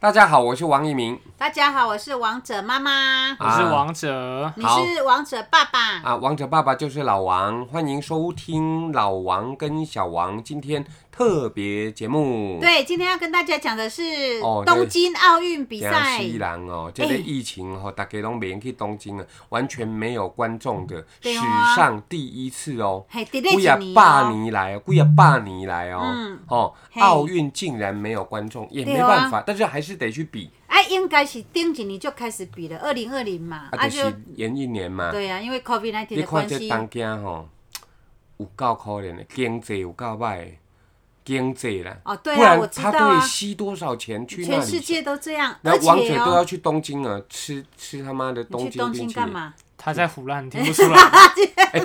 大家好，我是王一鸣大家好，我是王者妈妈，啊我是王者，你好是王者爸爸。啊，王者爸爸就是老王，欢迎收听老王跟小王今天特别节目。，对，今天要跟大家讲的是哦对东京奥运比赛。哎西兰哦，这个疫情哦，大家都免去东京了，啊完全没有观众的，对史啊上第一次哦。嘿，第贵几啊，年霸哦？尼来哦，贵啊，霸尼来哦，嗯哦，嘿奥运竟然没有观众，也没对啊办法，但是还是得去比哎，应该是顶一年就开始比了，二零二零嘛，啊，就就是延一年嘛。对啊，因为 COVID 1 9你的关看这系，东京吼，有够可怜的，经济有够歹的，经济啦。哦对啊不然我知他道啊得吸多少钱去那全里？世界都这样，那而王者且都要哦，去东京啊，吃吃他妈的你东去京东冰京淇干淋。 嘛？啊他在胡乱听不出来， 哎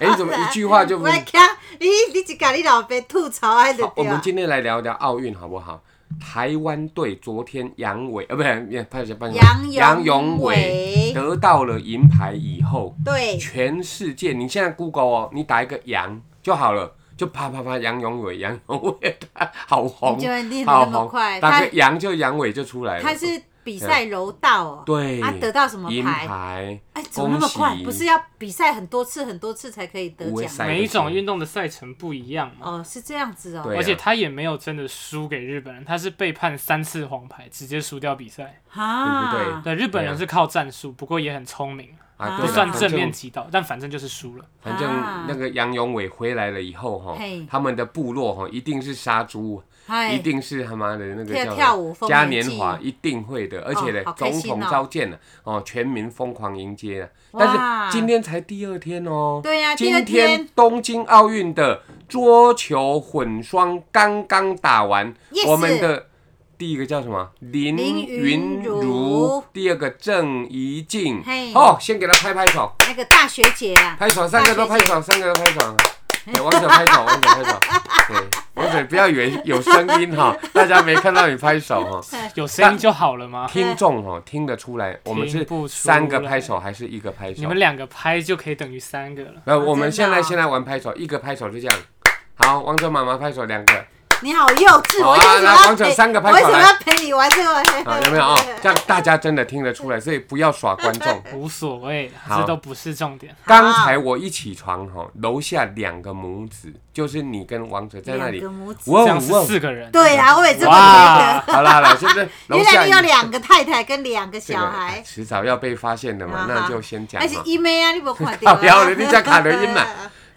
哎，怎么一句话就我来看，你你只甲你老爸吐槽啊，对好，我对们啊？今天来聊聊奥运好不好？台湾队昨天杨伟，呃，不是，拍谁拍杨杨永永伟伟，得到了银牌以后，对，全世界，你现在 Google 哦，你打一个杨就好了，就啪啪啪杨永伟，杨永伟，他 好红你就，会练得好那么红快，，打他个杨就杨伟就出来了。他是比赛柔道哦，对，他得到什么银牌？牌，哎，怎么那么恭快喜？不是要比赛很多次、很多次才可以得我也奖塞吗？每一种运动的赛程不一样嘛。哦，是这样子对啊哦。而且他也没有真的输给日本人，他是被判三次黄牌，直接输掉比赛。对不啊，对，日本人是靠战术，不过也很聪明，啊，啊不对啦算反正面正击倒，但反正就是输了。反正啊那个杨永伟回来了以后哈嘿，他们的部落哈一定是杀猪，一嗨，定是他妈的那个哎跳叫跳舞丰嘉年年祭华，一定会的。而且呢，哦好开总心统哦召见了，哦，全民疯狂迎接啊。但哇是今天才第二天哦，对呀第今二天天东京奥运的桌球混双刚刚打完， Yes 我们的第一个叫什么？林云林云如如，第二个郑怡静嘿。哦，先给他拍拍手。那个大学姐啊，拍手，三个都拍手，三个都拍手。对，王者拍手，王者拍手。对，王者不要以为有声音 哈，大家没看到你拍手哈。有声音就好了吗？听众哦，听得出来，我们是听不出来三个拍手还是一个拍手你？们两个啊拍就可以等于三个了。呃，我们现在真的哦现在玩拍手，一个拍手就这样。好，王者妈妈拍手两个你好幼稚！好我啊为什么来要王者陪？三个拍我为手什么来要陪你玩这个？啊，有没有啊？这样大家真的听得出来，所以不要耍观 众。无所谓，哎好这都不是重点。刚才我一起床哈，楼下两个母子，就是你跟王者在那里两，个母子。哇这样是哇，四个人。对啊，我也这么觉哇好啦好啦，是不是？得。楼原 下来你有两个太太跟两个这个啊小孩，迟早要被发现的嘛，啊哈那就先讲那是嘛。一妹啊，你没看 到靠腰了你这卡得音呐？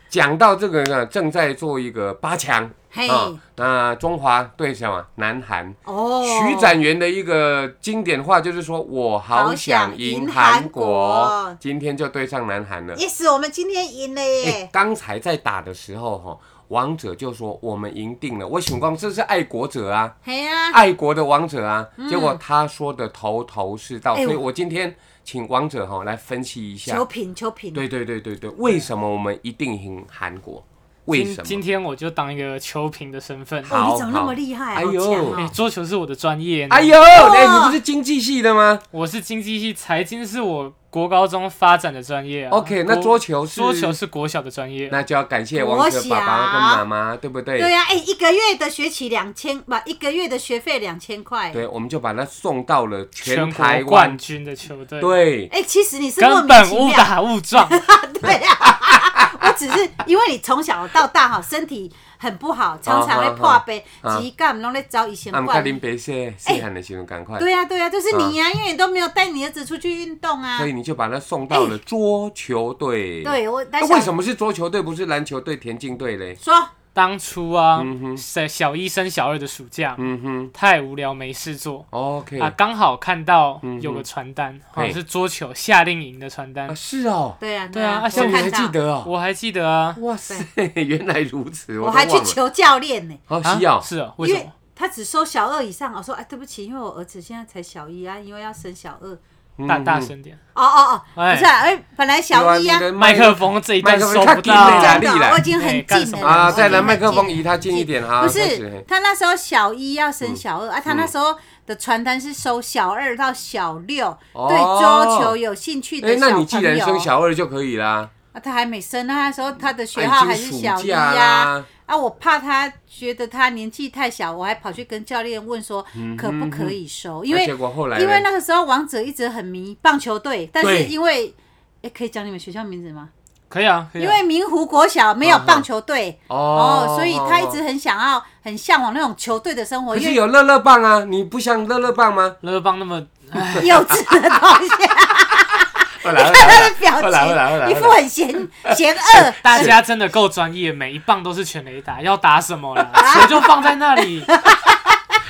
讲到这个呢，正在做一个八强啊、嘿，那中华对什么？南韩。哦，徐展元的一个经典话就是说：“我好想赢韩好想赢韩国国。”今天就对上南韩了。 ，yes，我们今天赢了哎耶，刚才在打的时候哈，王者就说：“我们赢定了。”我想光这是爱国者啊。嘿啊，嗯爱国的王者啊，结果他说的头头是道，哎呦所以我今天请王者哈来分析一下求。品求品，对对对对对，为什么我们一定赢韩国？为今什今么？天我就当一个球评的身份。好哦，你怎么那么厉害？好好强哎、哦！桌球是我的专业呢。哎呦，哎，你不是经济系的吗？我是经济系，财经是我国高中发展的专业啊。 OK，那国桌球是桌球是国小的专业。那就要感谢王者爸爸跟妈妈，对不对？对呀、啊，哎、一个月的学期两千，不，一个月的学费两千块。对，我们就把他送到了全全台国湾冠。军的球队，对，哎、其实你是莫根名本其误妙，打误撞。 对呀、啊，我只是因为你从小到大哈，身体很不好，常常会破杯，啊几干拢在找医生俺们灌看。林北谢，细汉的时候赶快。哎对呀、啊、对呀、啊，就是你呀、因为你都没有带你儿子出去运动啊所。以你就把他送到了桌球队。。哎对我，那那为什么是桌球队，不是篮球队、田径队嘞？说当初啊嗯哼，小小一升小二的暑假，嗯哼太无聊没事做，OK 啊，啊，刚好看到有嗯哼个传单，好嘿像是桌球夏令营的传单，是哦，对呀、啊、对啊我啊这像你还看记到，得哦？我还记得啊。哇塞， 原来如此，我我都还去忘了。求教练呢、好啊西哦，是啊，为因什为么？他只收小二以上。我说哎，对不起，因为我儿子现在才小一啊，因为要升小二。大嗯大声点，哦哦哦，哎不是、啊，哎、本来小一啊，麦克风这一麦段克风收太不近了啦到啊真。的力哦，啦我已经很哎干近什了么啦啊，我已经再来很麦克风近移他近一点哈，不开始嗯是嘿，他那时候小一要升小二啊，他那时候的传单是收小二到小六哦对桌球有兴趣哎的，小那朋你既然友升小二就可以啦，啊，他还没升啊，那时候他的学啊号已还经是暑小一假啊。啦，啊，我怕他觉得他年纪太小，我还跑去跟教练问说嗯可不可以收，因那为啊结果后来嘞，因为那个时候王者一直很迷棒球队，但是对因为哎、可以讲你们学校名字吗？可以啊，可以因啊。为明湖国小没有嗯哼棒球队、哦哦，所以他一直很想要、很向往那种球队的 生活，可是因为有乐乐棒啊，你不想乐乐棒吗？乐棒那么幼稚的东西。 后来后看 他的来后来后来后表来情，一副很嫌嫌恶。大家真的够专业，每一棒都是全雷打，要打什 么啦？啊球就放在那里。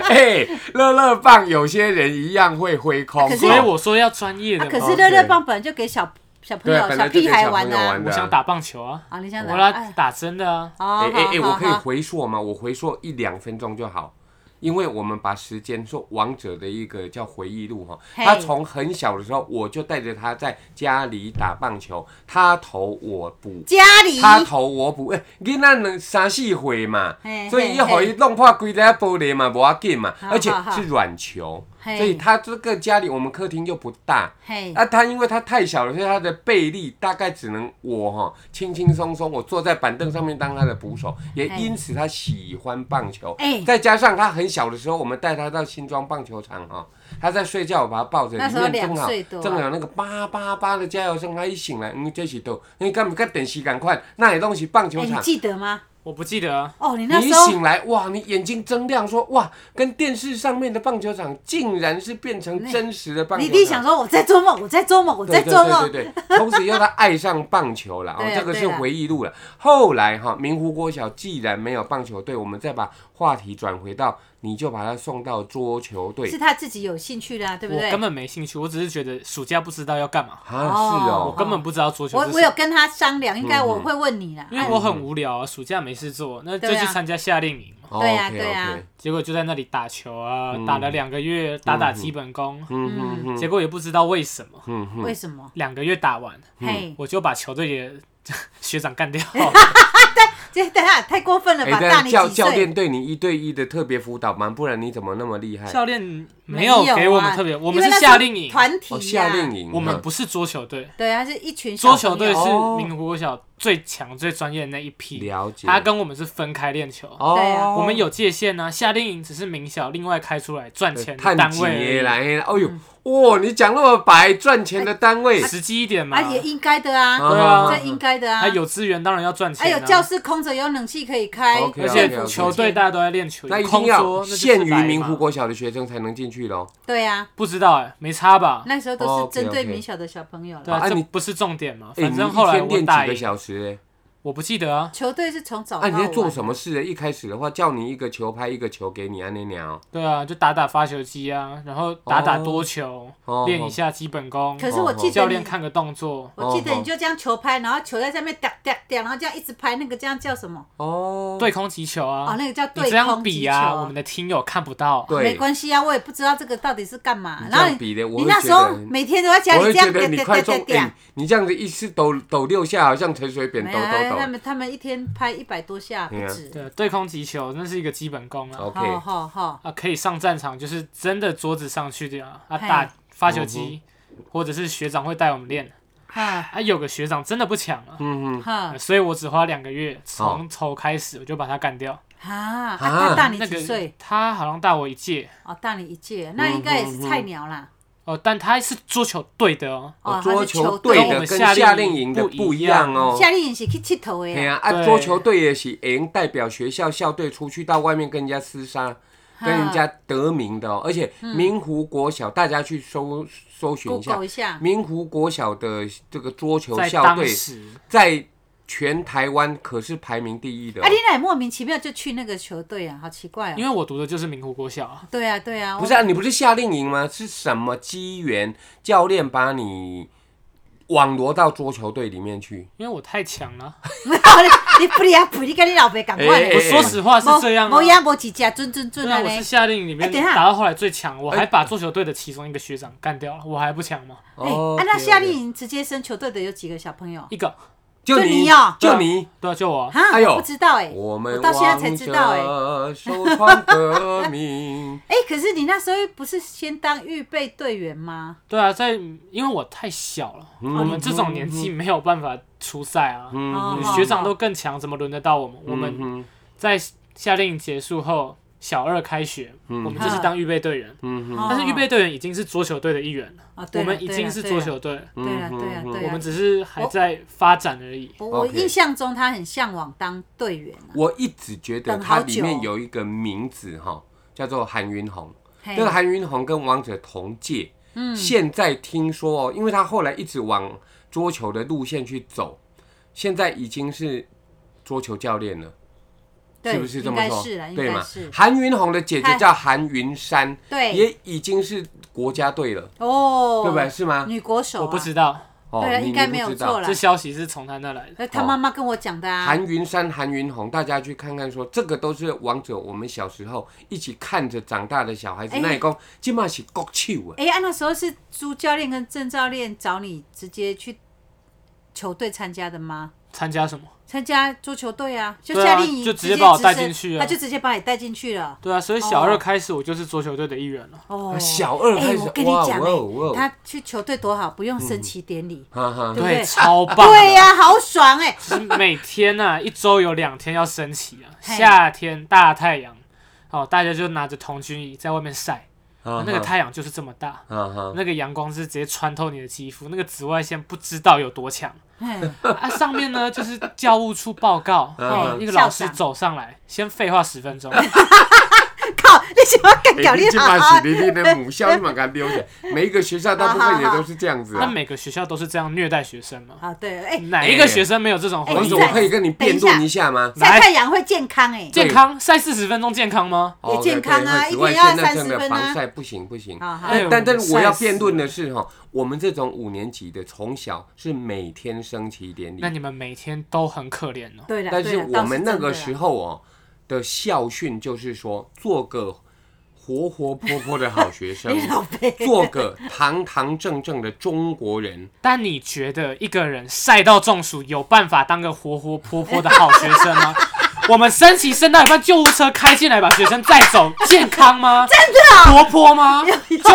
哎，乐乐棒有些人一样会挥空，哦可是所以我说要专业的啊嘛。可是乐乐棒本来就给 小小朋对友、啊本小来就给屁孩玩的小朋友啊玩。我想打棒球啊，啊，你想打我要哎打真的啊。哦，哎哎哎，好我可以好回溯吗？我回溯一两分钟就好，因为我们把时间做王者的一个叫回忆录哈。嘿他从很小的时候，我就带着他在家里打棒球，他投我补，家里他投我补，哎，囡仔能三四岁嘛嘿，所以嘿一会嘿一弄破规则玻璃嘛，无要紧嘛，好而且好好是软球，嘿所以他这个家里我们客厅又不大，嘿，啊，他因为他太小了，所以他的背力大概只能我哈轻轻松松，我坐在板凳上面当他的捕手，也哎因此他喜欢棒球。哎再加上他很小的时候，我们带他到新庄棒球场哈，他在睡觉，我把他抱着，那里时候面正两好岁多啊正好有那个叭叭叭的加油声，他一醒来，嗯，这是豆，你干嘛跟电视赶快，那也东西棒球哎，你场。记得吗？我不记得啊，哦，你那你一时候醒来，哇！你眼睛睁亮，说哇，跟电视上面的棒球场竟然是变成那真实的棒球你场。一定想说我在做梦，我在做梦，我在对对做对梦。对对，从此让他爱上棒球了。哦对，啊这个是对啊回忆录了。后来哈，明湖国小既然没有棒球队，我们再把话题转回到，你就把他送到桌球队是他自己有兴趣的啊，对不我对？根本没兴趣，我只是觉得暑假不知道要干嘛，啊，是哦我哦，根本不知道桌球我是我什有哎么。跟他商量，应嗯该我会问你啦。因为我很无聊啊，暑假没事做，那就对啊去参加夏令营嘛。对啊 o k 对啊 o k 结果就在那里打球啊，打了两个月，打打基本功，嗯嗯嗯结果也不知道为什么，嗯哎为什么？两个月打完，嘿，我就把球队的 学长 干掉。这等一下太过分了吧？大但你教几教岁？练对你一对一的特别辅导吗？不然你怎么那么厉害？教练没有给我们特别，哎啊我因们为是那时候夏令营，团体哦，呀夏令营，我们嗯不是桌球队，对，啊他是一群小桌球朋队友啊是哦民国国小最强、最专业的那一批，了解。他跟我们是分开练球。对啊我们有界限呢、啊，夏令营只是名校另外开出来赚钱的探单姐位而来，哎呦，哇！你讲那么白，赚钱的单位已，，实际一点嘛啊，。也应该的啊，对啊这应该的啊。他有资源当然要赚钱、啊，还有教室空着，有冷气可以开， OK，OK，OK 而且球队大家都在练球，那一定空要桌限于民明湖，国小的学生才能进去喽。对啊，不知道哎、没差吧？那时候哦都是，OK，OK 针对明小的小朋友对了。啊啊，这你不是重点嘛。哎、反你正后一来天我练打几个赢，小时、欸？我不记得啊。球队是从早啊，到你在晚。做什么事、欸？一开始的话，叫你一个球拍，一个球给你，安那鸟。对啊，就打打发球机啊，然后打打多球哦，练、一下基本功。哦可是我记教得练你，看个动作，我记得哦你就这样球拍，然后球在上面哒哒哒，然后这样一直拍，那个这样叫什么？哦，对空击球啊。哦，那个叫对你这样空比击啊，我球们。的听友看不到。对没关系啊，我也不知道这个到底是干嘛。你这然后样你比的，我会你那觉时候得，每天都要家我会里这觉样得你快中，哎、哒。你这样子一次抖抖六下，好像陈水扁抖没有啊，他抖抖。们他们一天拍一百多下不对啊止。对，对空击球那是一个基本功啊。 OK，、好好好，啊，可以上战场，就是真的桌子上去的啊，啊嘿打发球机，嗯或者是学长会带我们练。哈啊，有个学长真的不强啊，嗯嗯，哦哈所以我只花两个月，从头开始我就把他干掉。哈，啊啊他大你那几个岁？他好像大我一届哦，大你一届，那应该也是菜鸟啦。哦，但他是桌球队的哦。哦，他嗯桌是球队队跟我的们跟夏夏令令营营的不不一一样哦。夏令营是去佚佗的对呀，啊，啊，对桌球队也是能代表学校校队出去到外面跟人家厮杀，跟人家得名的哦。而且明湖国小，大家去搜搜寻一下嗯 Google，一下，啊明湖国小的这个桌球在校当队，时，在全台湾可是排名第一的哦啊，。你哪莫名其妙就去那个球队啊？好奇哎怪因啊！为我读的就是明湖国小啊，对啊，对啊，不是我啊，你不是夏令营吗？是什么机缘，教练把你网罗到桌球队里面去？因为我太强了。没 有，你不离啊，不离跟你老爸赶快哎哎我说实话是这样啊没。养没几家，准准准对啊啊，我是嘞！夏令营里面哎等一下打到后来最强，哎我还把桌球队的其中一个学长干掉了，我还不强吗？哎，哦啊，那，OK，OK 夏令营直接升球队的有几个小朋友？一个，就就你你哦，就你。对啊，就我啊，哈，哎呦我不知道哎，我我们到现在才知道哎。。哎，首创革命哎，可是你那时候不是先当预备队员吗？对啊，在因为我太小了，我们这种年纪没有办法出赛啊，嗯 哦学长都更强，怎么轮得到我们？我们嗯在夏令营结束后，小二开学，嗯我们就是嗯当预备队员，但但是预备队员已经是桌球队的一员了，哦我们已经是桌，球队了，对嗯啊对啊对啊对啊，我们只是还在发展而已。我我 OK 印象中他很向往当队员啊，我一直觉得等好它久里面有一个名字哈，叫做韩云红。嘿嗯这个韩云红跟王者同届，现在听说哦，因为他后来一直往桌球的路线去走，现在已经是桌球教练了，对是不是这应么该说是啦，？应对该嘛是？。韩云红的姐姐她叫韩云珊，对也已经是国家队了，哦，对不对？是吗？女国手啊，我不知道，哦对啊你应该你不没有知道错啦这消息是从他那来的。呃，他妈妈跟我讲的啊。韩云山、韩云红，大家去看看说，这个都是王者，我们小时候一起看着长大的小孩子。哎那也讲，今嘛是国球啊，哎、啊，那时候是朱教练跟郑教练找你直接去球队参加的吗？参加什么？参加桌球队啊，就对啊夏令营、就直直接把我直带升进去啊他就直接把你带进去了。对啊，所以小二哦开始我就是桌球队的一员了。哦，啊小二哎、开始我跟你哇讲、哇哇哎，他去球队多好，不嗯用升旗典礼。哈哈，对不对超棒。啊啊对、呀、好爽哎、 就是每天呐、啊，一周有两天要升旗啊。嘿夏天大太阳，哦，大家就拿着童军椅在外面晒，那那个，太阳就是这么大，哈哈，那个阳光是直接穿透你的肌肤，那个紫外线不知道有多 强。嗯啊，上面呢就是教务处报告，哦嗯一个老师校长走上来，先废话十分钟，靠，你喜欢干搞哎你你今好嘛好是你你的母校，你嘛给他溜下。每一个学校大部分也都是这样子 那啊。每个学校都是这样虐待学生吗？啊，对，哎、哪一个学生没有这种哎回王忆总，你我在可以跟你辩论一下吗？晒来太阳会健康哎、健康晒四十分钟健康吗？也哦健康啊对对一紫外天线要那真30的分防啊晒不行不行。好好哎但但但是我要晒死辩论的是哈，我们这种五年级的从小是每天升旗典礼那，你们每天都很可怜哦。对了，但对是啦我们那个时，倒候哦的校训就是说，做个活活泼泼的好学是生 真的啦你，老贝，做个堂堂正正的中国 人。但你觉得一个人晒到中暑有办法当个活活泼泼的好学 生吗？我们升旗升到一半，救护车开进来把学生载走，健康吗？真的哦活泼吗？救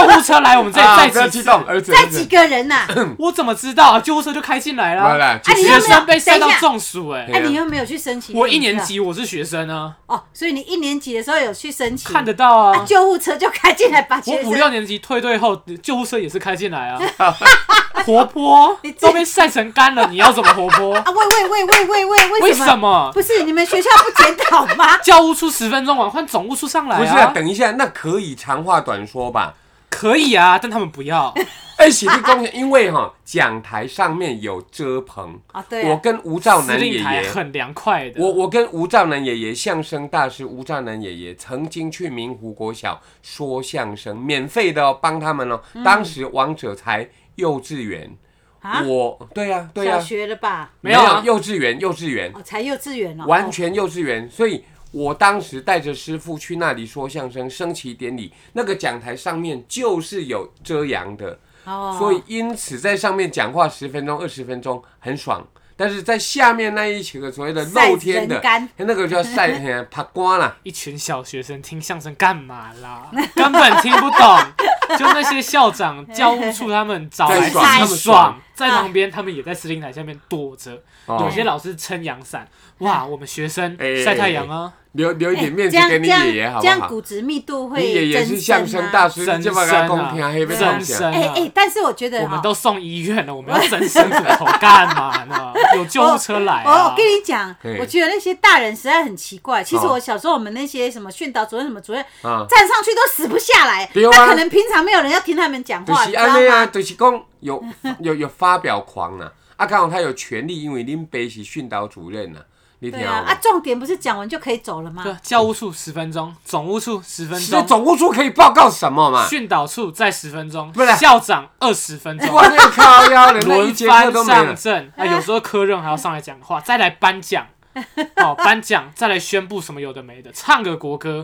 护车来我们这里啊载不要激几次？动，嗯儿子，在儿几子，个 人呐、我怎么知道啊？救护车就开进来来了，来，其啊你实要学不要生被晒到等一下中暑哎、哎、你又没有去升旗，我你一怎么年知道级我是学生啊，哦，所以你一年级的时候有去升旗，看得到啊，啊。救护车就开进来把我学五六生，年级退队后，救护车也是开进来啊， 活泼你这都被晒成干了，你要怎么活 泼？啊，喂喂喂喂喂喂，为什什么？？不是你们学校不检讨吗 教务处十分钟完，换总务处上来、啊。不是哦啊，等一下，那可以长话短说吧？可以啊，但他们不要。哎，喜力公园，因为哈讲台上面有遮棚啊对啊我跟吴兆司南爷令台爷。很凉快啊的。我我跟吴兆南爷爷，相声大师吴兆南爷爷曾经去明湖国小说相声，免费的哦，帮他们哦。当时王者才幼稚园，嗯啊，我对呀、对啊呀、小学了吧？没有啊幼稚园，幼稚园，哦，才幼稚园哦，完全幼稚园，所以。我当时带着师傅去那里说相声，升旗典礼那个讲台上面就是有遮阳的，哦，所以因此在上面讲话十分钟、二十分钟很爽，但是在下面那一群个所谓的露天的晒人干，那个叫晒 嘿啊爬瓜啦，一群小学生听相声干嘛啦？ 根本听不懂。就那些校长、教务处他们找来在爽他自们己爽爽，在旁边他们也在司令台下面躲着。哦有些老师撑阳伞，哇，我们学生哎哎晒太阳啊，留留一哎点面这子样给你这样爷爷好这不样好？骨质密度会你爷爷是增相生声啊大师，增你这么给他生讲啊听，黑被讲增讲。生哎啊。哎，但是我觉得我们哈，都送医院了，我们要增生骨头干 嘛呢？有救护车来我啊我！跟你讲嘿，我觉得那些大人实在很奇怪。其实哦我小时候我们那些什么训导主任什么主任，啊站上去都死不下来，对啊他可能平常没有人要听他们讲就话，是你知安尼道啊，吗？就是讲有 有有发表狂啊，啊，刚好他有权利，因为林北是训导主任呐、啊，你听对有啊，啊，无？重点不是讲完就可以走了吗对？啊，教务处十分钟，总务处十分是钟，总务处可以报告什么嘛？训导处再十分钟不是，校长二十分钟，我那个靠腰的， 那一轮节课番都没上了。 阵。啊，有时候科任还要上来讲话，再来颁奖，哦，颁奖再来宣布什么有的没的，唱个 国歌，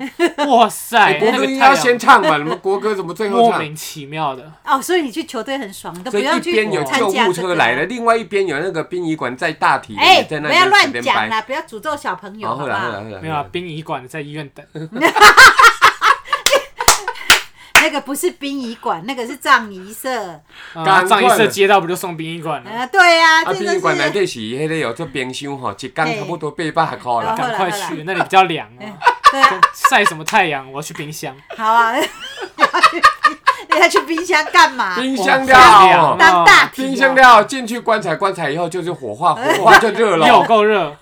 哇塞哎，国那歌个应该太要阳先唱吧？你们国歌怎么最后莫唱？名其妙的，哦，所以你去球队很爽，你都不所以要一去边有参救加护这车个来了，另外一边有那个殡仪馆在大体的哎，也在那不要边随乱便哦讲摆。啦，不要诅咒小朋友，然好后不来，后啊好来，？后来，没有啊，殡仪馆的在医院等，那个不是殡仪馆，那个是葬仪社。赶啊，快葬仪社接到不就送殡仪馆了？啊，对呀、嗯啊，这殡个仪馆内是。底是迄个有做冰箱吼，一工差不多八百块啦。后赶来快后来去，那里比较凉啊。 对啊，晒什么太阳？我要去冰箱。好啊， 你还去冰箱干嘛？冰箱哇太料凉，当大体、啊。冰箱料进去棺材，棺材以后就是火 化，火化就热了。又够热，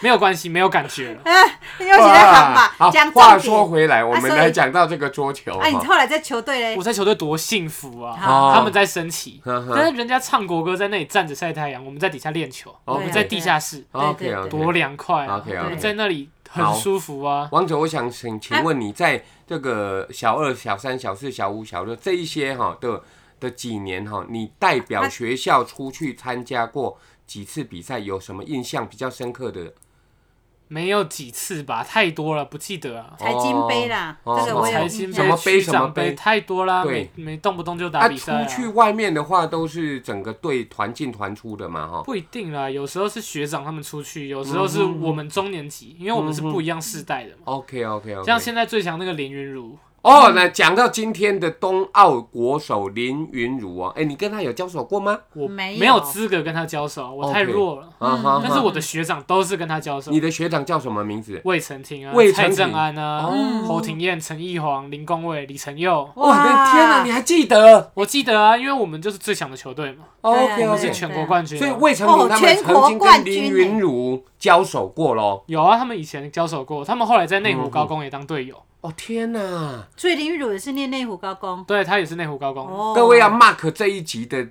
没有关系，没有感觉了。哎，你又起来喊吧，好讲啊话重说点。啊回来，我们所以来讲到这个桌球。哎，你哈后来在球队嘞我？在球队多幸福啊！哦他们在升旗，呵呵但是人家唱国歌在那里站着晒太阳，我们在底下练球，哦我们在地下室对啊 OK 对对 OK，多凉快啊！ OK，OK 我们在那里很舒服啊！王者，我想请请问你在这个小二、小三、小四、小五、小六这一些哈的的几年哈，你代啊表学校出去参加过几次比赛？有什么印象比较深刻的？没有几次吧，太多了，不记得啊。财经杯啦，哦这个我有财印经什象。么杯区什么长杯杯太多啦，对没没动不动就打啊，比出赛啊。去外面的话都是整个队团进团出的嘛哈。不一定啦，有时候是学长他们出去，有嗯时候是我们中年级，因为我们是不一样世代的嘛。 OK OK OK，像现在最强那个林云儒，哦，那讲到今天的冬奥国手林云儒哦，哎，你跟他有交手过吗？我没有没有资格跟他交手，我太 OK 弱了。啊哈嗯但是我的学长都是跟他交手你，的学长叫什么名字？魏晨廷啊魏、蔡承廷正安啊哦、侯廷燕、陈奕煌、林公伟、李承佑。哇，你的哦天啊哪，你还记得我记得啊，因为我们就是最强的球队嘛， ？OK 我 OK，们是全国冠军啊。所以魏成哦明他们曾经跟林云儒交手过喽。有啊，他们以前交手过，他们后来在嗯内湖高工也当队友，哦天哪！所以林玉鲁也是念内湖高工。对他也是内湖高工。哦各位要 mark 这一集的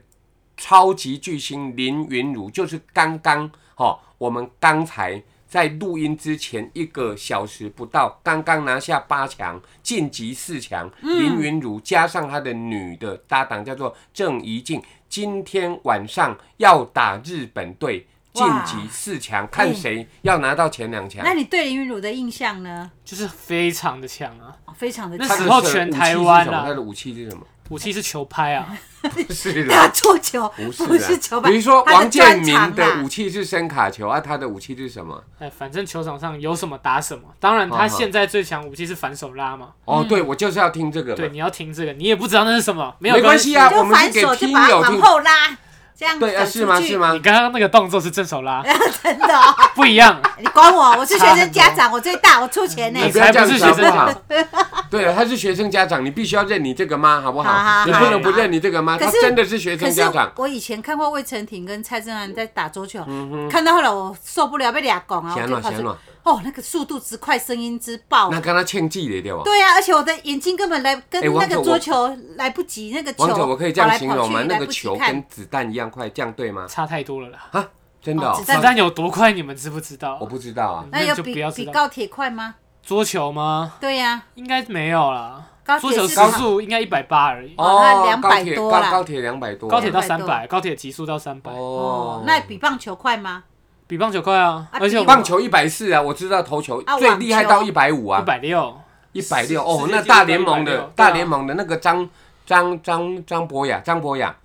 超级巨星林云儒，就是刚刚哦，我们刚才在录音之前一个小时不到，刚刚拿下八强，晋级四强。嗯林云儒加上他的女的搭档叫做郑怡静，今天晚上要打日本队。晋哇级四强，看谁要拿到前两强。那你对林玉鲁的印象呢？就是非常的强啊！哦非常的那他的强 时候武器全是台什么湾啊他的武器是什么？武器是球拍啊，不是打啦，桌球，不不是是啦球拍。比如说他的王建民专长的啊武器是声卡球啊，他的武器是什么？哎，反正球场上有什么打什么。当然，他啊哈现在最强武器是反手拉嘛。嗯哦，对，我就是要听这个对，嘛。你要听这个，你也不知道那是 什么，没有没关系啊，就我们是反给手就听把它友往听。后拉，这样对啊，走是出吗？去是？吗你？刚刚那个动作是正手 拉，真的哦，不一样。你管我，我是学生家长，我最大，我出钱呢。你你不要才这不样子是学好不生好家？对啊，他是学生家长，你必须要认你这个妈，好不好好好？好你不能不认你这个妈，可他是真的是学可生是家长。我以前看过魏晨廷跟蔡正安在打桌球，嗯看到后来我受不了被俩拱啊，我行就了跑出行了，哦，那个速度之快，声音之爆那。跟他欠记的对吧？哦对啊，而且我的眼睛根本来跟哎王那者个我桌球来不及，那个球王者，我可以这样跑来形跑容去吗？那来个不及球看跟子弹一样快，这样对吗？差太多了 啦。啊，真的哦哦子，子弹弹有多快，你们知不知我道？不知道啊。那有那就比不要知比道高铁快吗？桌球吗？对呀，应该没有啦高。铁桌球是时高速应该一百八而已，哦那哦， 200高铁多高啦高铁两百多，啊高铁到200三多百，高铁极速到三百，哦哦，，那比棒球快吗？比棒球快啊！啊而且比棒球一百四啊，我知道投球啊最网厉害球到一百五一啊，百六，一百六哦世，界那纪录大到联盟的160大对啊联盟的那个张张张张博雅，张博雅，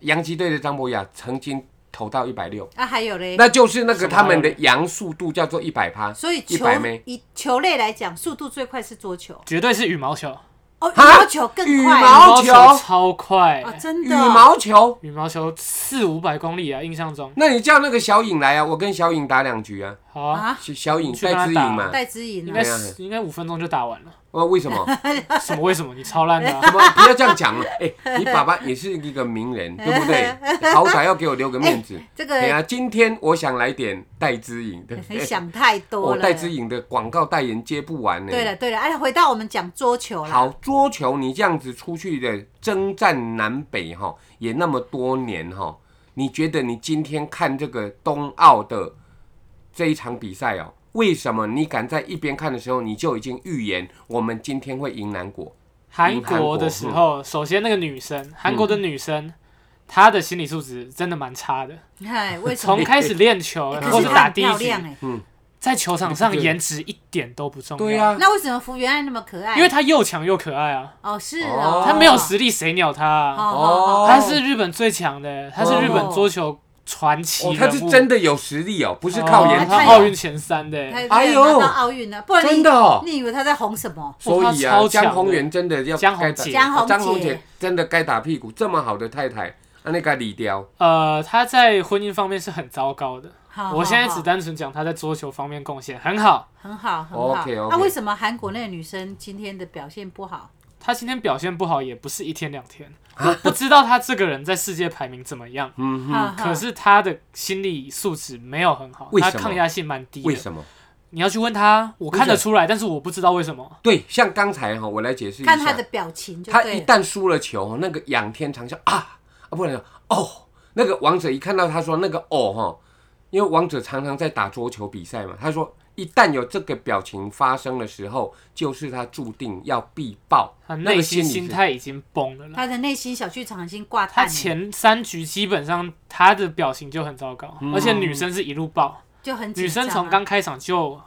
洋基队的张博雅曾经投到一百六，啊，还有嘞，那就是那个什么他们的来洋速度叫做一百趴，所以一球百枚。以球类来讲，速度最快是桌球绝对是羽毛球，哦，羽哈毛球更快羽毛羽球超快哦，，真哎羽的毛球，羽毛球四五百公里啊，印象中。那你叫那个小颖来啊，我跟小颖打两局啊，好啊，啊，小小颖去跟戴他之颖打嘛，戴之颖应啊该十应该五分钟就打完了。呃，为什么？什么？为什么？你超烂的啊、什么？不要这样讲 嘛！哎、你爸爸也是一个名人，对不对？好歹要给我留个面 子。这对个啊，今天我想来点戴之颖， 对不你对？想太多哎我了。戴之颖的广告代言接不完呢。对了对了，哎，回到我们讲桌球啦，好，桌球你这样子出去的征战南北哈，也那么多年哈，你觉得你今天看这个冬奥的这一场比赛哦，为什么你敢在一边看的时候，你就已经预言我们今天会赢韩国？韩国的时候，首先那个女生，韩国的女生，她的心理素质真的蛮差的。哎，为什么从？开始练球， 哎或可是是她打很第漂一局亮，哎，在球场上颜值一点都不重要。对，啊，那为什么福原爱那么可爱？因为她又强又可爱啊，哦是哦哦，她没有实力谁鸟她啊？哦哦哦哦，她是日本最强的，她是日本桌球传奇哦，人他物，是真的有实力哦，不是靠哦颜值他太哦。有奥运前三的欸，他哎哎呦呦，到奥运了，不然真你的哦你以为他在红什么？所以啊，哇他超强江的宏源真的要江宏该打杰江宏杰江宏杰真的该打屁股，这么好的太太，啊，那该理掉。呃，他在婚姻方面是很糟糕的。好我现在啊好只单纯讲他在桌球方面贡献很好，很好很好。啊 OK，OK 那为什么韩国那个女生今天的表现不好？他今天表现不好也不是一天两天，我不知道他这个人在世界排名怎么样，啊嗯哼，哈哈可是他的心理素质没有很好为，他什么抗压性蛮低为的。什么？你要去问他，我看为得什出来，但是我不知道为什么。对，像刚才哈，我来解释一下。看她的表情就他对一了。旦输了球，那个仰天长啸啊啊，不然哦，那个王者一看到他说那个哦哈，因为王者常常在打桌球比赛嘛，他说一旦有这个表情发生的时候，就是他注定要必爆，他那内个心心理心是态已经崩了啦。她的内心小剧场已经挂他蛋了，前三局基本上他的表情就很糟糕，嗯而且女生是一路爆，就很紧女生张从啊刚开场就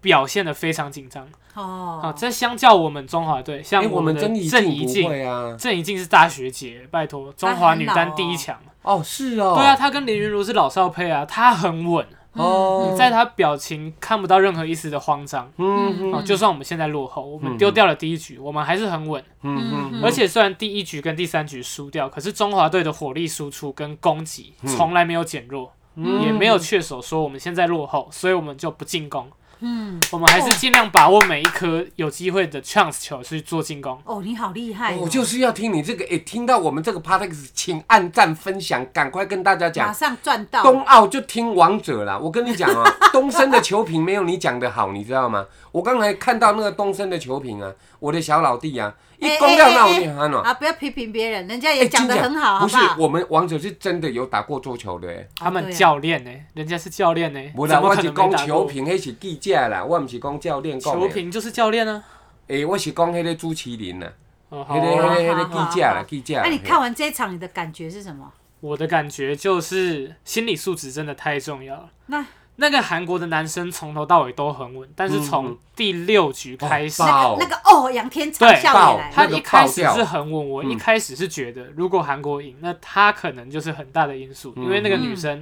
表现的非常紧张啊。哦，这相较我们中华队，哎、像我们的曾怡郑静怡不静，会啊，郑怡静是大学姐，拜托，中华女单第一强。啊哦是哦，对啊，，她跟林云如是老少配啊，她很稳，哦，嗯你嗯在她表情看不到任何一丝的慌张。嗯啊，就算我们现在落后，我们嗯丢掉了第一局，我们还是很稳。嗯嗯，而且虽然第一局跟第三局输掉，可是中华队的火力输出跟攻击嗯从来没有减弱，也没有确守说我们现在落后，所以我们就不进攻。嗯，我们还是尽量把握每一颗有机会的 chance 球去做进攻。哦，你好厉害哦，我就是要听你这个，哎、听到我们这个 p a r t e x 请按赞分享，赶快跟大家讲马，上赚到，冬奥就听王者啦，我跟你讲啊，东升的球评没有你讲的好，你知道吗？我刚才看到那个东升的球评啊，我的小老弟啊，一哎攻哎掉哎那我哎就喊了。啊！不要批评别人，人家哎也讲的真很好，好不是好？我们王者是真的有打过桌球的、欸，他对们啊教练呢、人家是教练呢、不怎然么我可是能没讲打球过？评，那是记者啦，我不是讲教练讲球的。评就是教练呢、哎、我是讲那个朱麒麟啦，哦，好那个啊那个那个好好记者啦好，记者啦。那啊你嘿看完这一场，你的感觉是什么？我的感觉就是心理素质真的太重要了。那那个韩国的男生从头到尾都很稳，但是嗯从第六局开始，哦爆那个哦，仰天长对啸爆也来他了，那个一开始爆掉是很稳。我嗯一开始是觉得，如果韩国赢，那他可能就是很大的因素，嗯因为那个女生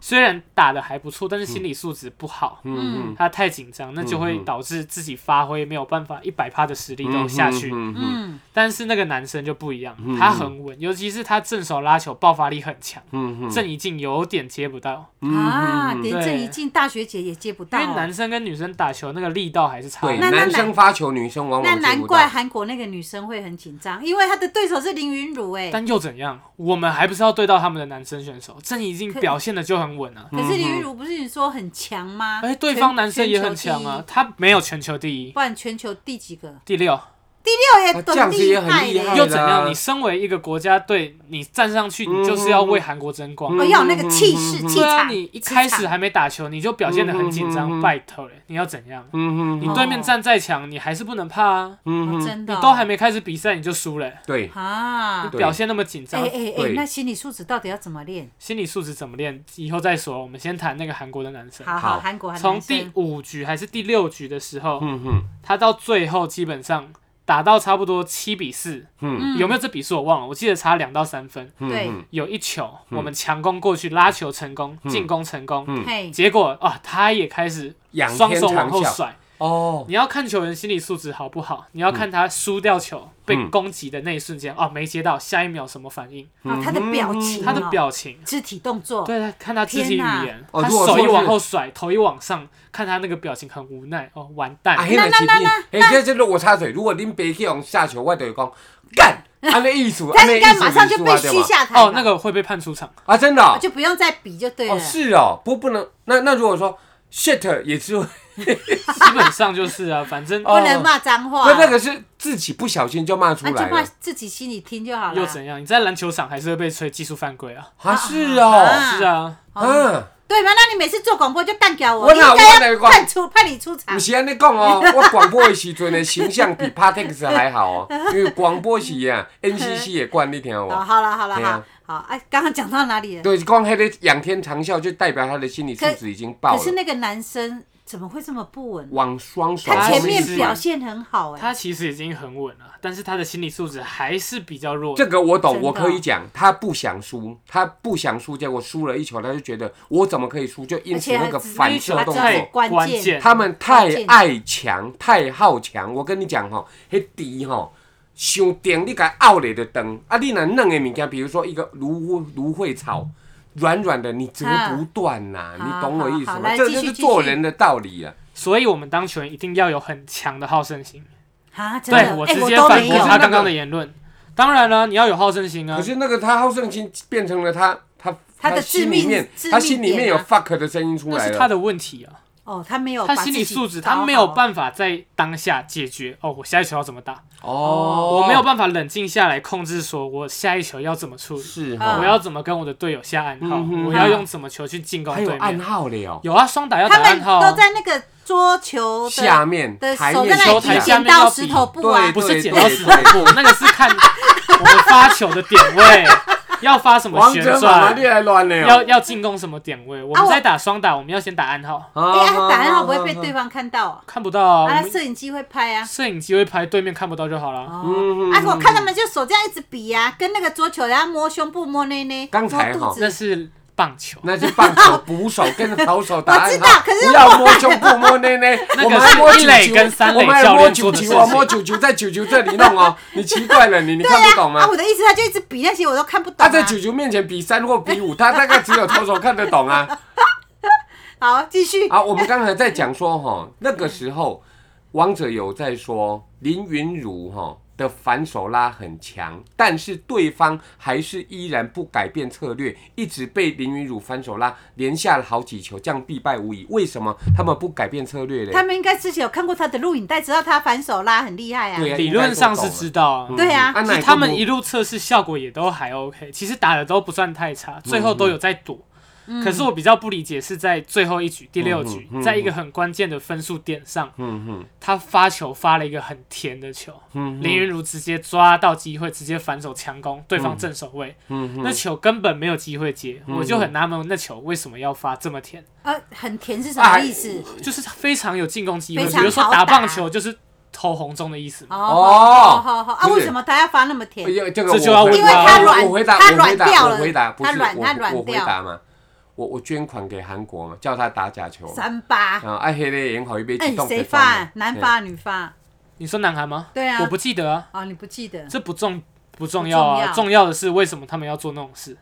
虽然打的还不错，但是心理素质不好，嗯嗯，她太紧张，那就会导致自己发挥没有办法一百趴的实力都下去。嗯嗯嗯嗯，但是那个男生就不一样嗯，他很稳，尤其是他正手拉球爆发力很强，嗯嗯正一进有点接不到，嗯啊，嗯嗯连对这一进大学姐也接不因到为哦，男生跟女生打球那个力道还是差对，很那多。男生发球，女生往往那接难不怪到韩国那个女生会很紧张，因为她的对手是林云儒哎，但又怎样？我们还不是要对到他们的男生选手？郑怡静表现的就很稳啊，可是林云儒不是你说很强吗？而且哎对全方男生也很啊全球强第一啊，他没有全球第一，不然全球第几个？第六六啊也这样很子也很厉害害又嘞，怎样？你身为一个国家队，你站上去，嗯你就是要为韩国争光。哦，要有那个气势气对啊，场，你一开气始场还没打球，你就表现的很嗯紧嗯嗯张，嗯拜托嘞，你要怎样？嗯嗯你对面站再强，你还是不能怕啊！嗯哦嗯，真你的哦都还没开始比赛你就输了，对，啊。对表现那么紧哎张，哎哎对，那心理素质到底要怎么练？心理素质怎么练？以后再说。我们先谈那个韩国的男生，好好好，韩国韩从男第生五局还是第六局的时候，嗯嗯他到最后基本上打到差不多七比四，嗯有没有这比数我忘了，我记得差两到三分。嗯，对嗯有一球我们强攻过去，拉球成功，进攻成功，嗯嘿，结果啊他也开始仰天双手往后长啸甩。哦，你要看球员心理素质好不好，你要看他输掉球嗯被攻击的那一瞬间，哦没接到，下一秒什么反应，哦嗯他的表情，他的、表情。肢体动作，对，看他肢体语言天，哦哦他如果说手一是往后甩，头一往上，看他那个表情很无奈，哦，完蛋，啊，迄个是你，哎，这这个我插嘴，如果恁爸去用下球，我就会讲干，安尼意思，他安尼应意思该，马上就被对虚吧？下台哦，吧那个会被判出场。啊，真的啊哦，就不用再比就对了。哦是哦，不不能，那那如果说 shit 也是，基本上就是啊，反正哦不能骂脏话，那那个是自己不小心就骂出来啊，就怕了，自己心里听就好了。又怎样？你在篮球场还是会被吹技术犯规啊。啊是哦，啊是啊，嗯，对嘛？那你每次做广播就干掉我，我你哪应该我哪有要讲判出判你出场不。是安尼讲 哦，我广播的时阵的形象比 Partex 还好哦，因为广播时 啊，NCC 也惯你听哦，我，好了好了对啊好，好哎，刚刚讲到哪里了？对，光黑的仰天长啸就代表他的心理素质已经爆可了是，那个男生怎么会这么不稳？往双手他他后前是面面表现很好哎、他其实已经很稳了，但是他的心理素质还是比较弱。这个我懂，真的我可以讲，他不想输，他不想输，结果输了一球，他就觉得我怎么可以输，就因此那个反射动作而且还知太道。关键关键，他们太爱强，太好强。我跟你讲吼、迄猪吼，伤电你该拗咧就断。啊，你若嫩的物件，比如说一个芦芦荟草，软软的，你折不断呐、嗯你懂我意思好好吗？来这继就续是继续做人的道理啊。所以我们当球员一定要有很强的好胜心。啊，真的对我哎直接都反没驳有他刚刚的言论。当然了，你要有好胜心啊可。是那个他好胜心变成了他他他的致心命里面致命点啊他心里面有 fuck 的声音出那来是他了。的问题啊，哦，他没有他把心自理己素质，搞好他没有办法在当下解决。哦，我下一球要怎么打？哦，我没有办法冷静下来控制，说我下一球要怎么处理，是嗯哈、我要怎么跟我的队友下暗号嗯，哼我要用怎么球去进攻还有对暗面。号了哦，有啊，双打要打他暗们号啊都，在那个桌球下的面的台手在面那球里台比下剪面要刀比石头布啊对，不是剪对刀对石头布，那个是看我们发球的点位， 要发什么王旋哲妈妈转你，来乱了哦，要要进攻什么点啊位。我们在打双打，我们要先打暗号，哎啊呀，打暗号不会被对方看到啊，看不到啊，我啊，们摄影机会拍啊。摄影机会拍对面看不到就好了。哦嗯，啊！我看他们就手这样一直比啊，跟那个桌球，然后摸胸部、摸内内、刚才摸肚那子。是棒球，那是棒球捕手跟投手打暗号我知道可是不要摸胸部摸内内，那个我们还摸是球一垒球跟三垒我们还教摸练球做的事球情啊，摸球球在球球这里弄哦，你奇怪了你，你看不懂啊，吗？我的意思，他就一直比那些我都看不懂他啊。在球球面前比三或比五，他大概只有投手看得懂啊。好，继续。啊，我们刚才在讲说哈，那个时候王者有在说林云儒哈的反手拉很强，但是对方还是依然不改变策略，一直被林云儒反手拉连下了好几球，这样必败无疑。为什么他们不改变策略嘞？他们应该之前有看过他的录影带，知道他反手拉很厉害啊。对啊理论上是知道啊嗯。对啊那是也他们不一路测试效果也都还 OK，其实打的都不算太嗯差，最后都有在躲。嗯可是我比较不理解是在最后一局第六局嗯嗯嗯，在一个很关键的分数点上，嗯哼他发球发了一个很甜的球，嗯林云如直接抓到机会，直接反手强攻对方正手位，嗯哼，那球根本没有机会接，我就很纳闷那球为什么要发这么甜。呃，很甜是什啊么意思？就是非常有进攻机会，非比常如说好打打棒球就是投红中的意思嘛。哦，哦好好好啊，不是为什么他要发那么哎甜？呀，这个这我就要回问答因为他我软我回答，他我回软答，掉我了回答，不他是软他我软我回掉答嘛，我我捐款给韩国嘛，叫他打假球。三八，啊，爱黑的眼好一杯哎激动，谁给放发了？男嗯发女发？你说南韩吗？对啊我不记得啊，哦，你不记得？这不重不重要啊，不重要重要的是为什么他们要做那种事？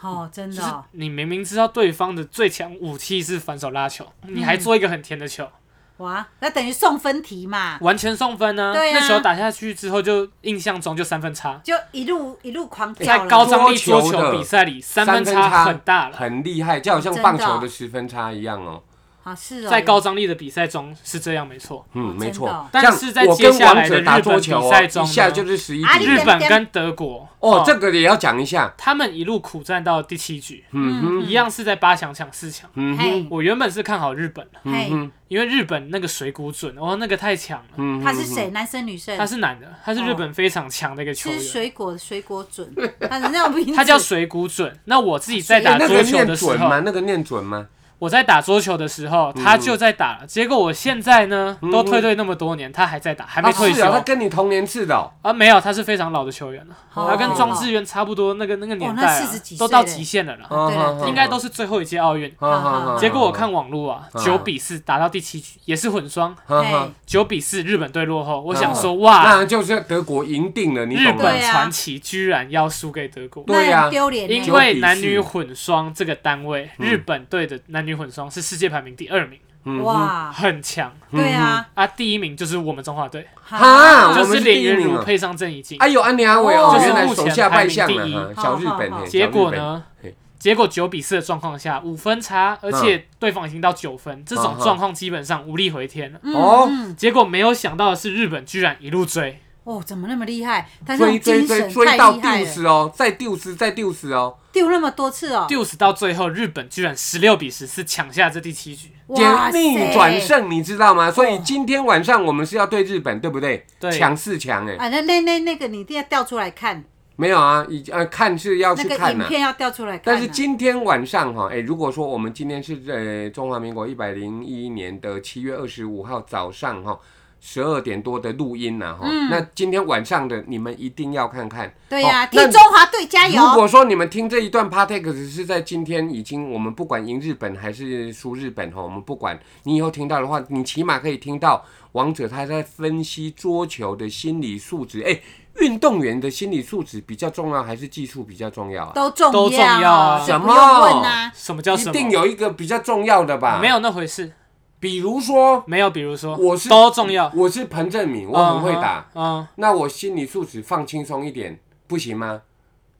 哦，真就的是哦。你明明知道对方的最强武器是反手拉球，你还做一个很甜的球，嗯哇，那等于送分题嘛，完全送分呢、对啊那球打下去之后，就印象中就三分差，就一路一路狂在叫高了。张力桌桌球的球比赛里，三三分分差差很大了。很厉害，就好像真的棒哦球的十分差一样哦。啊，是哦，在高张力的比赛中是这样，没错。嗯，没真的错哦。但像是在我接跟下王来的者日打本桌球比哦，赛中一呢下就是十一啊比你一日本跟德国哦，这个也要讲一下。他们一路苦战到第七局，嗯哼，一样是在八强抢四强。嗯哼，嘿，我原本是看好日本的，嗯嘿，哼，因为日本那个水谷隼，哦，那个太强了。嗯哼，他是谁？男生女生？他是男的，他是哦日本非常强的一个球吃员，水果的水果准，他人家有名字。他叫水谷隼。那我自己在哎？打那个桌球念的时准吗？嗯候，那个念准吗？我在打桌球的时候，他就在打了。结果我现在呢，都退队那么多年，他还在打，还没嗯啊，退是休啊，他跟你同年次的哦。啊？没有，他是非常老的球员了，哦他跟庄智渊差不多那个那个年哦代那啊40几岁，都到极限了啦，哦啊对了对了应该都是最后一届奥运。哦哦哦哦结果我看网络啊，嗯九比四打到第七局，也是混双，哦哦九比四日本队落后。我想说，那哇，就是德国赢定了，你日懂吗？本对啊传奇居然要输给德国。对那呀很丢脸因欸。为男女混双这个单位，嗯日本队的男女混双是世界排名第二名，嗯哼，哇，很强对啊，啊！第一名就是我们中华队，哈啊就我们是是第林一名啊云儒配上郑怡静。哎呦，安妮阿伟哦，就是原来目前手下排败名相第一啊，哈小日本好嘿。好好结小果日本？呢嘿？嗯结果九比四的状况下，五分差，而且对方已经到九分，这啊种状况基本上无力回天了。哦嗯，嗯结果没有想到的是，日本居然一路追，哦，怎么那么厉害？他这追种追精追神追太到厉害丢了，失哦，再丢失再丢失哦。丢那么多次哦，丢死到最后，日本居然十六比十四抢下这第七局。简哇逆塞转胜，你知道吗？所以今天晚上我们是要对日本，对不对？对抢四强哎，啊！那那那那个你一定要调出来看，没有啊，已呃看是要那去个看影呐、片要调出来看啊。但是今天晚上哈，哎、如果说我们今天是呃中华民国一百零一年的七月二十五号早上哈，十二点多的录音呐、哈、嗯那今天晚上的你们一定要看看。对呀、哦那替中华队加如油！果说你们听这一段 Partex 是在今天已经，我们不管赢日本还是输日本哦哈，我们不管你以后听到的话，你起码可以听到王者他在分析桌球的心理素质。哎、运动员的心理素质比较重要还是技术比较重要啊？都重都重要啊这什不用问么啊，什么叫一什定么？有一个比较重要的吧？没有那回事，比如说，没有。比如说，我是都重要，我是彭正明，我很会打，嗯，嗯那我心理素质放轻松一点，不行 吗？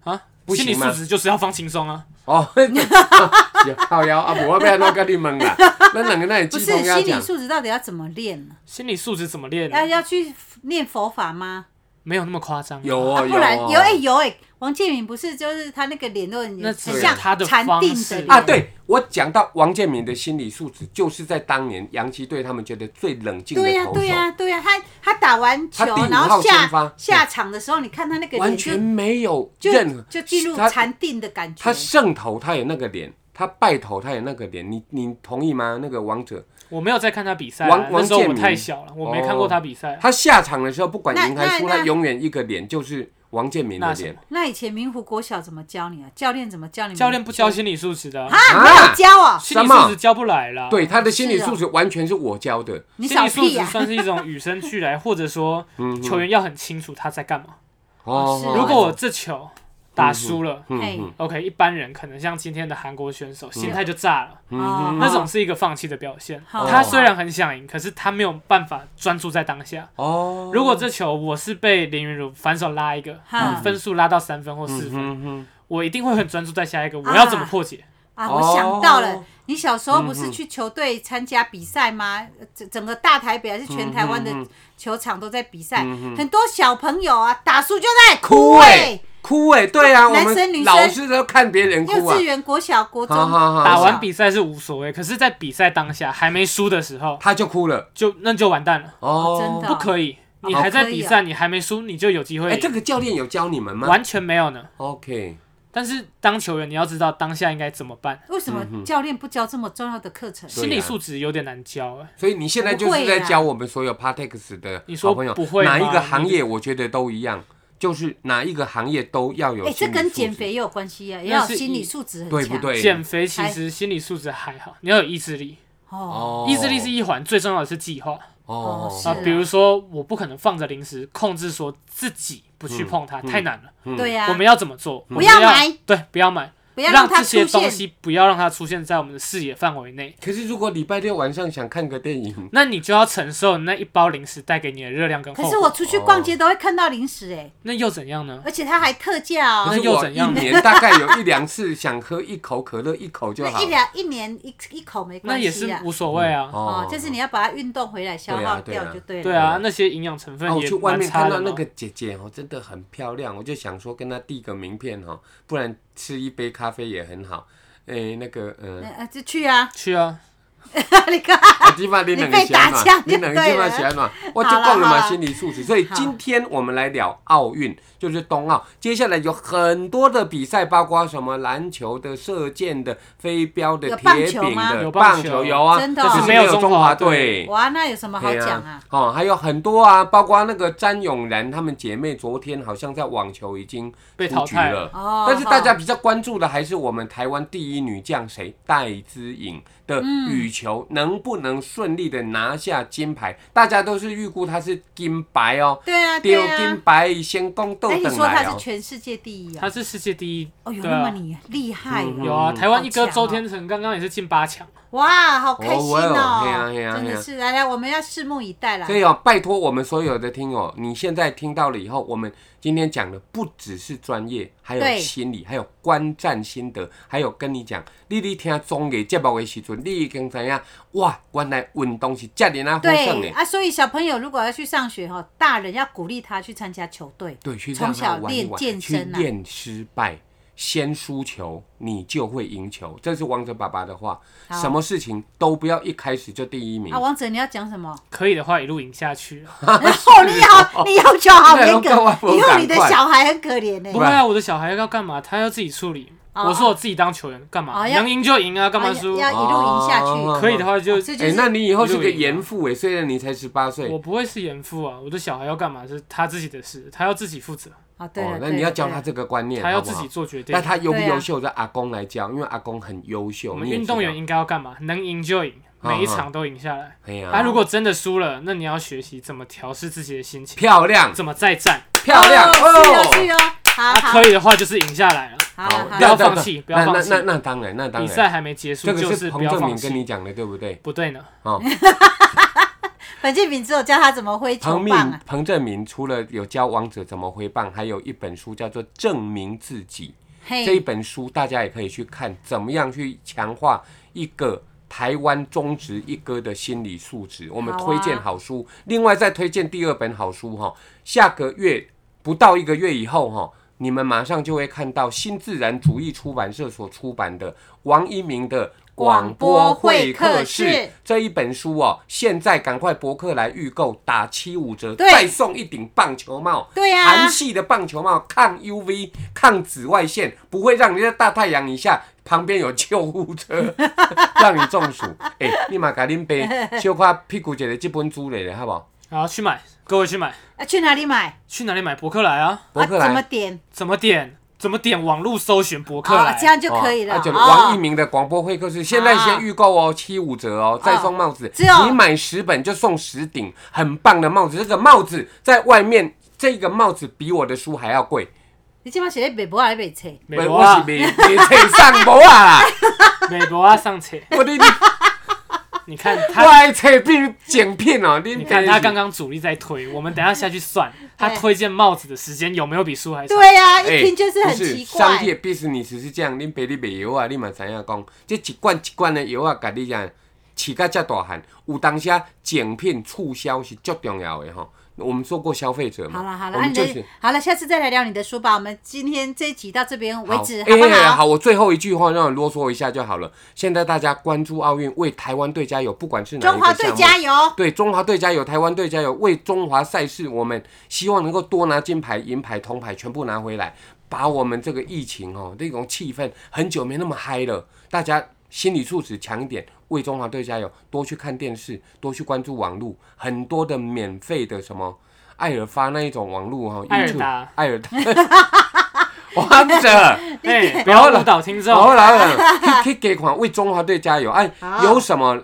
啊，不心理行吗素质就是要放轻松啊。哦， 有靠腰啊，我要被那个你们啊，那两个那里不鸡是同鸭心理讲，素质到底要怎么练呢？心理素质怎么练？要要去念佛法吗？没有那么夸张。有啊，哦，不然哦有哎、有哎、王建民不是就是他那个脸都很那很只是像他的禅方定式的脸啊，对我讲到王建民的心理素质，就是在当年洋基队他们觉得最冷静对的呀、投对呀、手，对呀、他他打完球他第五，然号后先发下下场的时候，你看他那个完脸就全没有任就何就进入他禅定的感觉他。胜投他有那个脸，他败投他有那个脸，你你同意吗？那个王者我没有在看他比赛啊，王王那时候建我民哦太小了，我没看过他比赛啊。他下场的时候，不管赢还输，那那他永远一个脸就是王建民的那什脸么。那以前明湖国小怎么教你啊？教练怎么教你们？哦教练不教心理素质的啊，啊，没有教哦，心理素质教不来啦。对，他的心理是哦素质完全是我教的。你心少理素屁啊质呀、算是一种与生俱来，或者说 球员要很清楚他在干嘛。哦是嗯哦啊如果我这球打输了哎嗯，OK，一般人可能像今天的韩国选手，心态就炸了，嗯哦那种是一个放弃的表现。好他虽然很想赢，可是他没有办法专注在当下。哦，如果这球我是被林云儒反手拉一个，嗯哈分数拉到三分或四分，嗯哼，我一定会很专注在下一个，我要怎么破解？啊，哦我想到了，你小时候不嗯是去球队参加比赛吗？整整个大台北还是全台湾的嗯球场都在比赛，很多小朋友啊，打输就在哭欸哎、哎，嗯哭哎，对啊，我男生们女生老是都看别人幼哭啊稚。园、国小、国中好好好打完比赛是无所谓，可是，在比赛当下还没输的时候，他就哭了就那就完蛋了，哦，真的不可以。你还在比可赛，你还没输，你就有机会哎，赢。这个教练有教你们吗完全没有呢。 ？OK，但是当球员，你要知道当下应该怎么办。为什么教练不教这么重要的课程？嗯对啊心理素质有点难教哎、所以你现在就不是会在啦教我们所有 Partex 的你说好朋友不会，吗哪一个行业我觉得都一样，就是哪一个行业都要有哎、这心理跟素减质肥也有关系啊，也那要是有心一理素质很强，对不？对？减肥其实心理素质还好，你要有意志力，哦，哦，意志力是一环，最重要的是计划哦是啊啊。比如说，我不可能放着零食控制说自己不去碰嗯它，太难了。对啊呀、我们要怎么做？我们要买，对，不要买，不要让它这些出东现。西不要让它出现在我们的视野范围内。可是如果礼拜六晚上想看个电影，那你就要承受那一包零食带给你的热量跟可后果。是我出去逛街都会看到零食、哎、那又怎样呢？而且它还特价哦可。是啊又我怎一样呢年大概有一两次想喝一口可乐，一口就那好一。两一年一一口没那关也系是啊，无所谓啊。哦，就是你要把它运动回来消对啊耗对啊掉就对了。对啊，那些营养成分啊，我也去外蛮面差看的到那嘛个。姐姐哦，真的很漂亮，我就想说跟她递个名片哦，不然吃一杯咖啡也很好。诶，那个，嗯、呃，呃就去啊！ 去啊，你看，啊，地 方你两个你被打钱嘛枪，就你两个地方钱嘛，我就讲了好嘛，了心理素质。所以今天我们来聊奥运，就是冬奥。接下来有很多的比赛，包括什么篮球的、射箭的、飞镖的、有铁棒饼球吗的、有棒棒球球有啊，真的可哦是没有中华队。哇，那有什么好对讲啊？哦，还有很多啊，包括那个詹永然她们姐妹，昨天好像在网球已经被出淘局汰了。哦，但是大家哈比较关注的还是我们台湾第一女将谁戴资颖的羽球能不能顺利的拿下金牌？大家都是预估她是金牌哦，对啊，对丢金啊。牌先攻斗哎，你等说他来是哦。全世界第一啊他？是世界第一，哦，有对那么啊，厉厉害哦有嗯啊，台湾一哥好强哦周天成刚刚也是进八强，哇，好开心哦哇哦嘿啊哦嘿啊！真嘿啊的是，来来，我们要拭目以待啦所。以哦，拜托我们所有的听友，你现在听到了以后，我们今天讲的不只是专业，还有对心理，还有观战心得，还有跟你讲，你你听综艺节目的时阵，你已经知影，哇，原来运动是这么啊获胜对的。啊，所以小朋友如果要去上学哈，大人要鼓励他去参加球队，对，去让从他小玩一练玩，健去身啊。练失败，先输球，你就会赢球。这是王者爸爸的话，好什么事情都不要一开始就第一名啊，。王者，你要讲什么？可以的话一路赢下去啊。 哦，你好，你要求好严格对我干嘛，不以后你的赶快小孩很可怜呢不。会啊，我的小孩要干嘛？他要自己处理。哦我说我自己当球员干嘛？哦要能赢就赢啊，干嘛啊输？要一路赢下去哦可以的话就哦这就哎、是那你以后是个一路赢啊严父哎，虽然你才十八岁，哦我不会是严父啊，我的小孩要干嘛是他自己的事，他要自己负责，啊，对哦了，，那对你要了教对他了这个观念，他要好不自好己做决定那。他优不对啊优秀，让阿公来教，因为阿公很优秀。我们你也运动员知应该要干嘛？能赢就赢，嗯每一场都赢下来。道，哎呀、啊，如果真的输了，那你要学习怎么调试自己的心情，漂亮，怎么再战。漂亮哦是哦是哦，好啊，好可以的话就是赢下来了。好好好不要好，放弃不要那放弃那那那当然，那当比然，赛还没结束，这就个是不彭要正放明跟弃。你讲的，对不对？不对呢，哦，本建敏只有教他怎么挥球彭明棒啊，彭正明除了有教王者怎么挥棒，还有一本书叫做《证明自己》。这一嘿，本书大家也可以去看，怎么样去强化一个台湾中职一哥的心理素质。我们好啊推荐好书，另外再推荐第二本好书哈。下个月不到一个月以后哈，你们马上就会看到新自然主义出版社所出版的王一鸣的。广播会客广播会客室室这一本书哦，现在赶快博客来预购，打七五折，对再送一顶棒球帽。对啊呀韩，系的棒球帽抗 UV、抗紫外线，不会让你在大太阳以下旁边有救护车让你中暑。哎、立马给恁爸小可屁股一个这本书来了，好不好？然后去买，各位去买，啊去哪里买？去哪里买博客来啊？博啊客怎么来，点？怎么点？怎么点？网络搜寻博客啊来这，样就可以哦了啊、就。哦王一鸣的广播会客室，现在先预购哦，七五折哦，再送帽子。只有你买十本就送十顶很棒的帽子，这个帽子在外面。这个帽子比我的书还要贵，你今晚写的北博还是北册？美国我是啊，没没配上博啊啦， 美国啊，上车。我的你看我他，爱扯病剪片哦，你你看他刚刚刚主力在推，我们等一下下去算他对推荐帽子的时间有没有比书还长。哎对呀，一哎听就是很奇怪哎商。业 business 是这样，恁爸你卖药啊，你嘛知影讲，这一罐一罐的药啊，甲你讲，饲到遮大汉，有当时啊，剪片促销是足重要的吼。我们做过消费者嘛，好了好了，我啊们你就是的好了，下次再来聊你的书吧。我们今天这一集到这边为止，好哎不哎好？好，我最后一句话让我啰嗦一下就好了。现在大家关注奥运，为台湾队加油，不管是哪一中个华项目，队加油！对中华队加油，台湾队加油，为中华赛事，我们希望能够多拿金牌、银牌、铜牌，全部拿回来，把我们这个疫情哦那种气氛很久没那么嗨了，大家心理素质强一点，为中华队加油，多去看电视，多去关注网络，很多的免费的什么艾尔发那一种网络哈、哦，艾尔达，艾尔达， 王 者。哎，不要误导听众。好啊啦， 来去去给款为中华队加油！哎、好有什么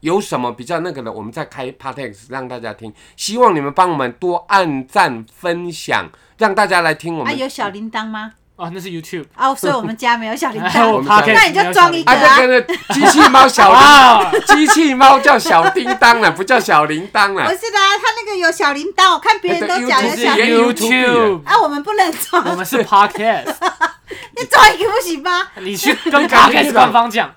有什么比较那个的，我们再开 Partex 让大家听。希望你们帮我们多按赞分享，让大家来听我啊，们。有小铃铛吗？哦，那是 YouTube。啊，所以哎我们家没有小铃铛我。们 Podcast 那你就装一啊，个啊这个是机器猫 小铃，哇，机器猫叫小叮当了，不叫小铃铛不了。是的啊，他那个有小铃铛，我看别人都讲这有是小哎对铃 YouTube，啊，我们不能装，我们是 Podcast。你装一个不行吗？你去跟你赶紧 Podcast 去吧官方讲，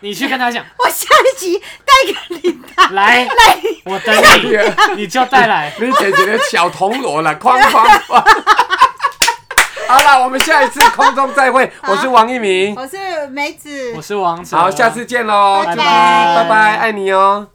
你去跟他讲，我下一集带个铃铛，来，哎我等 你，你就带来。你姐姐的小铜锣了，哐哐哐。 好了，我们下一次空中再会。我是王一鸣，我是梅子，我是王者，好，下次见喽，拜拜拜拜，爱你哦。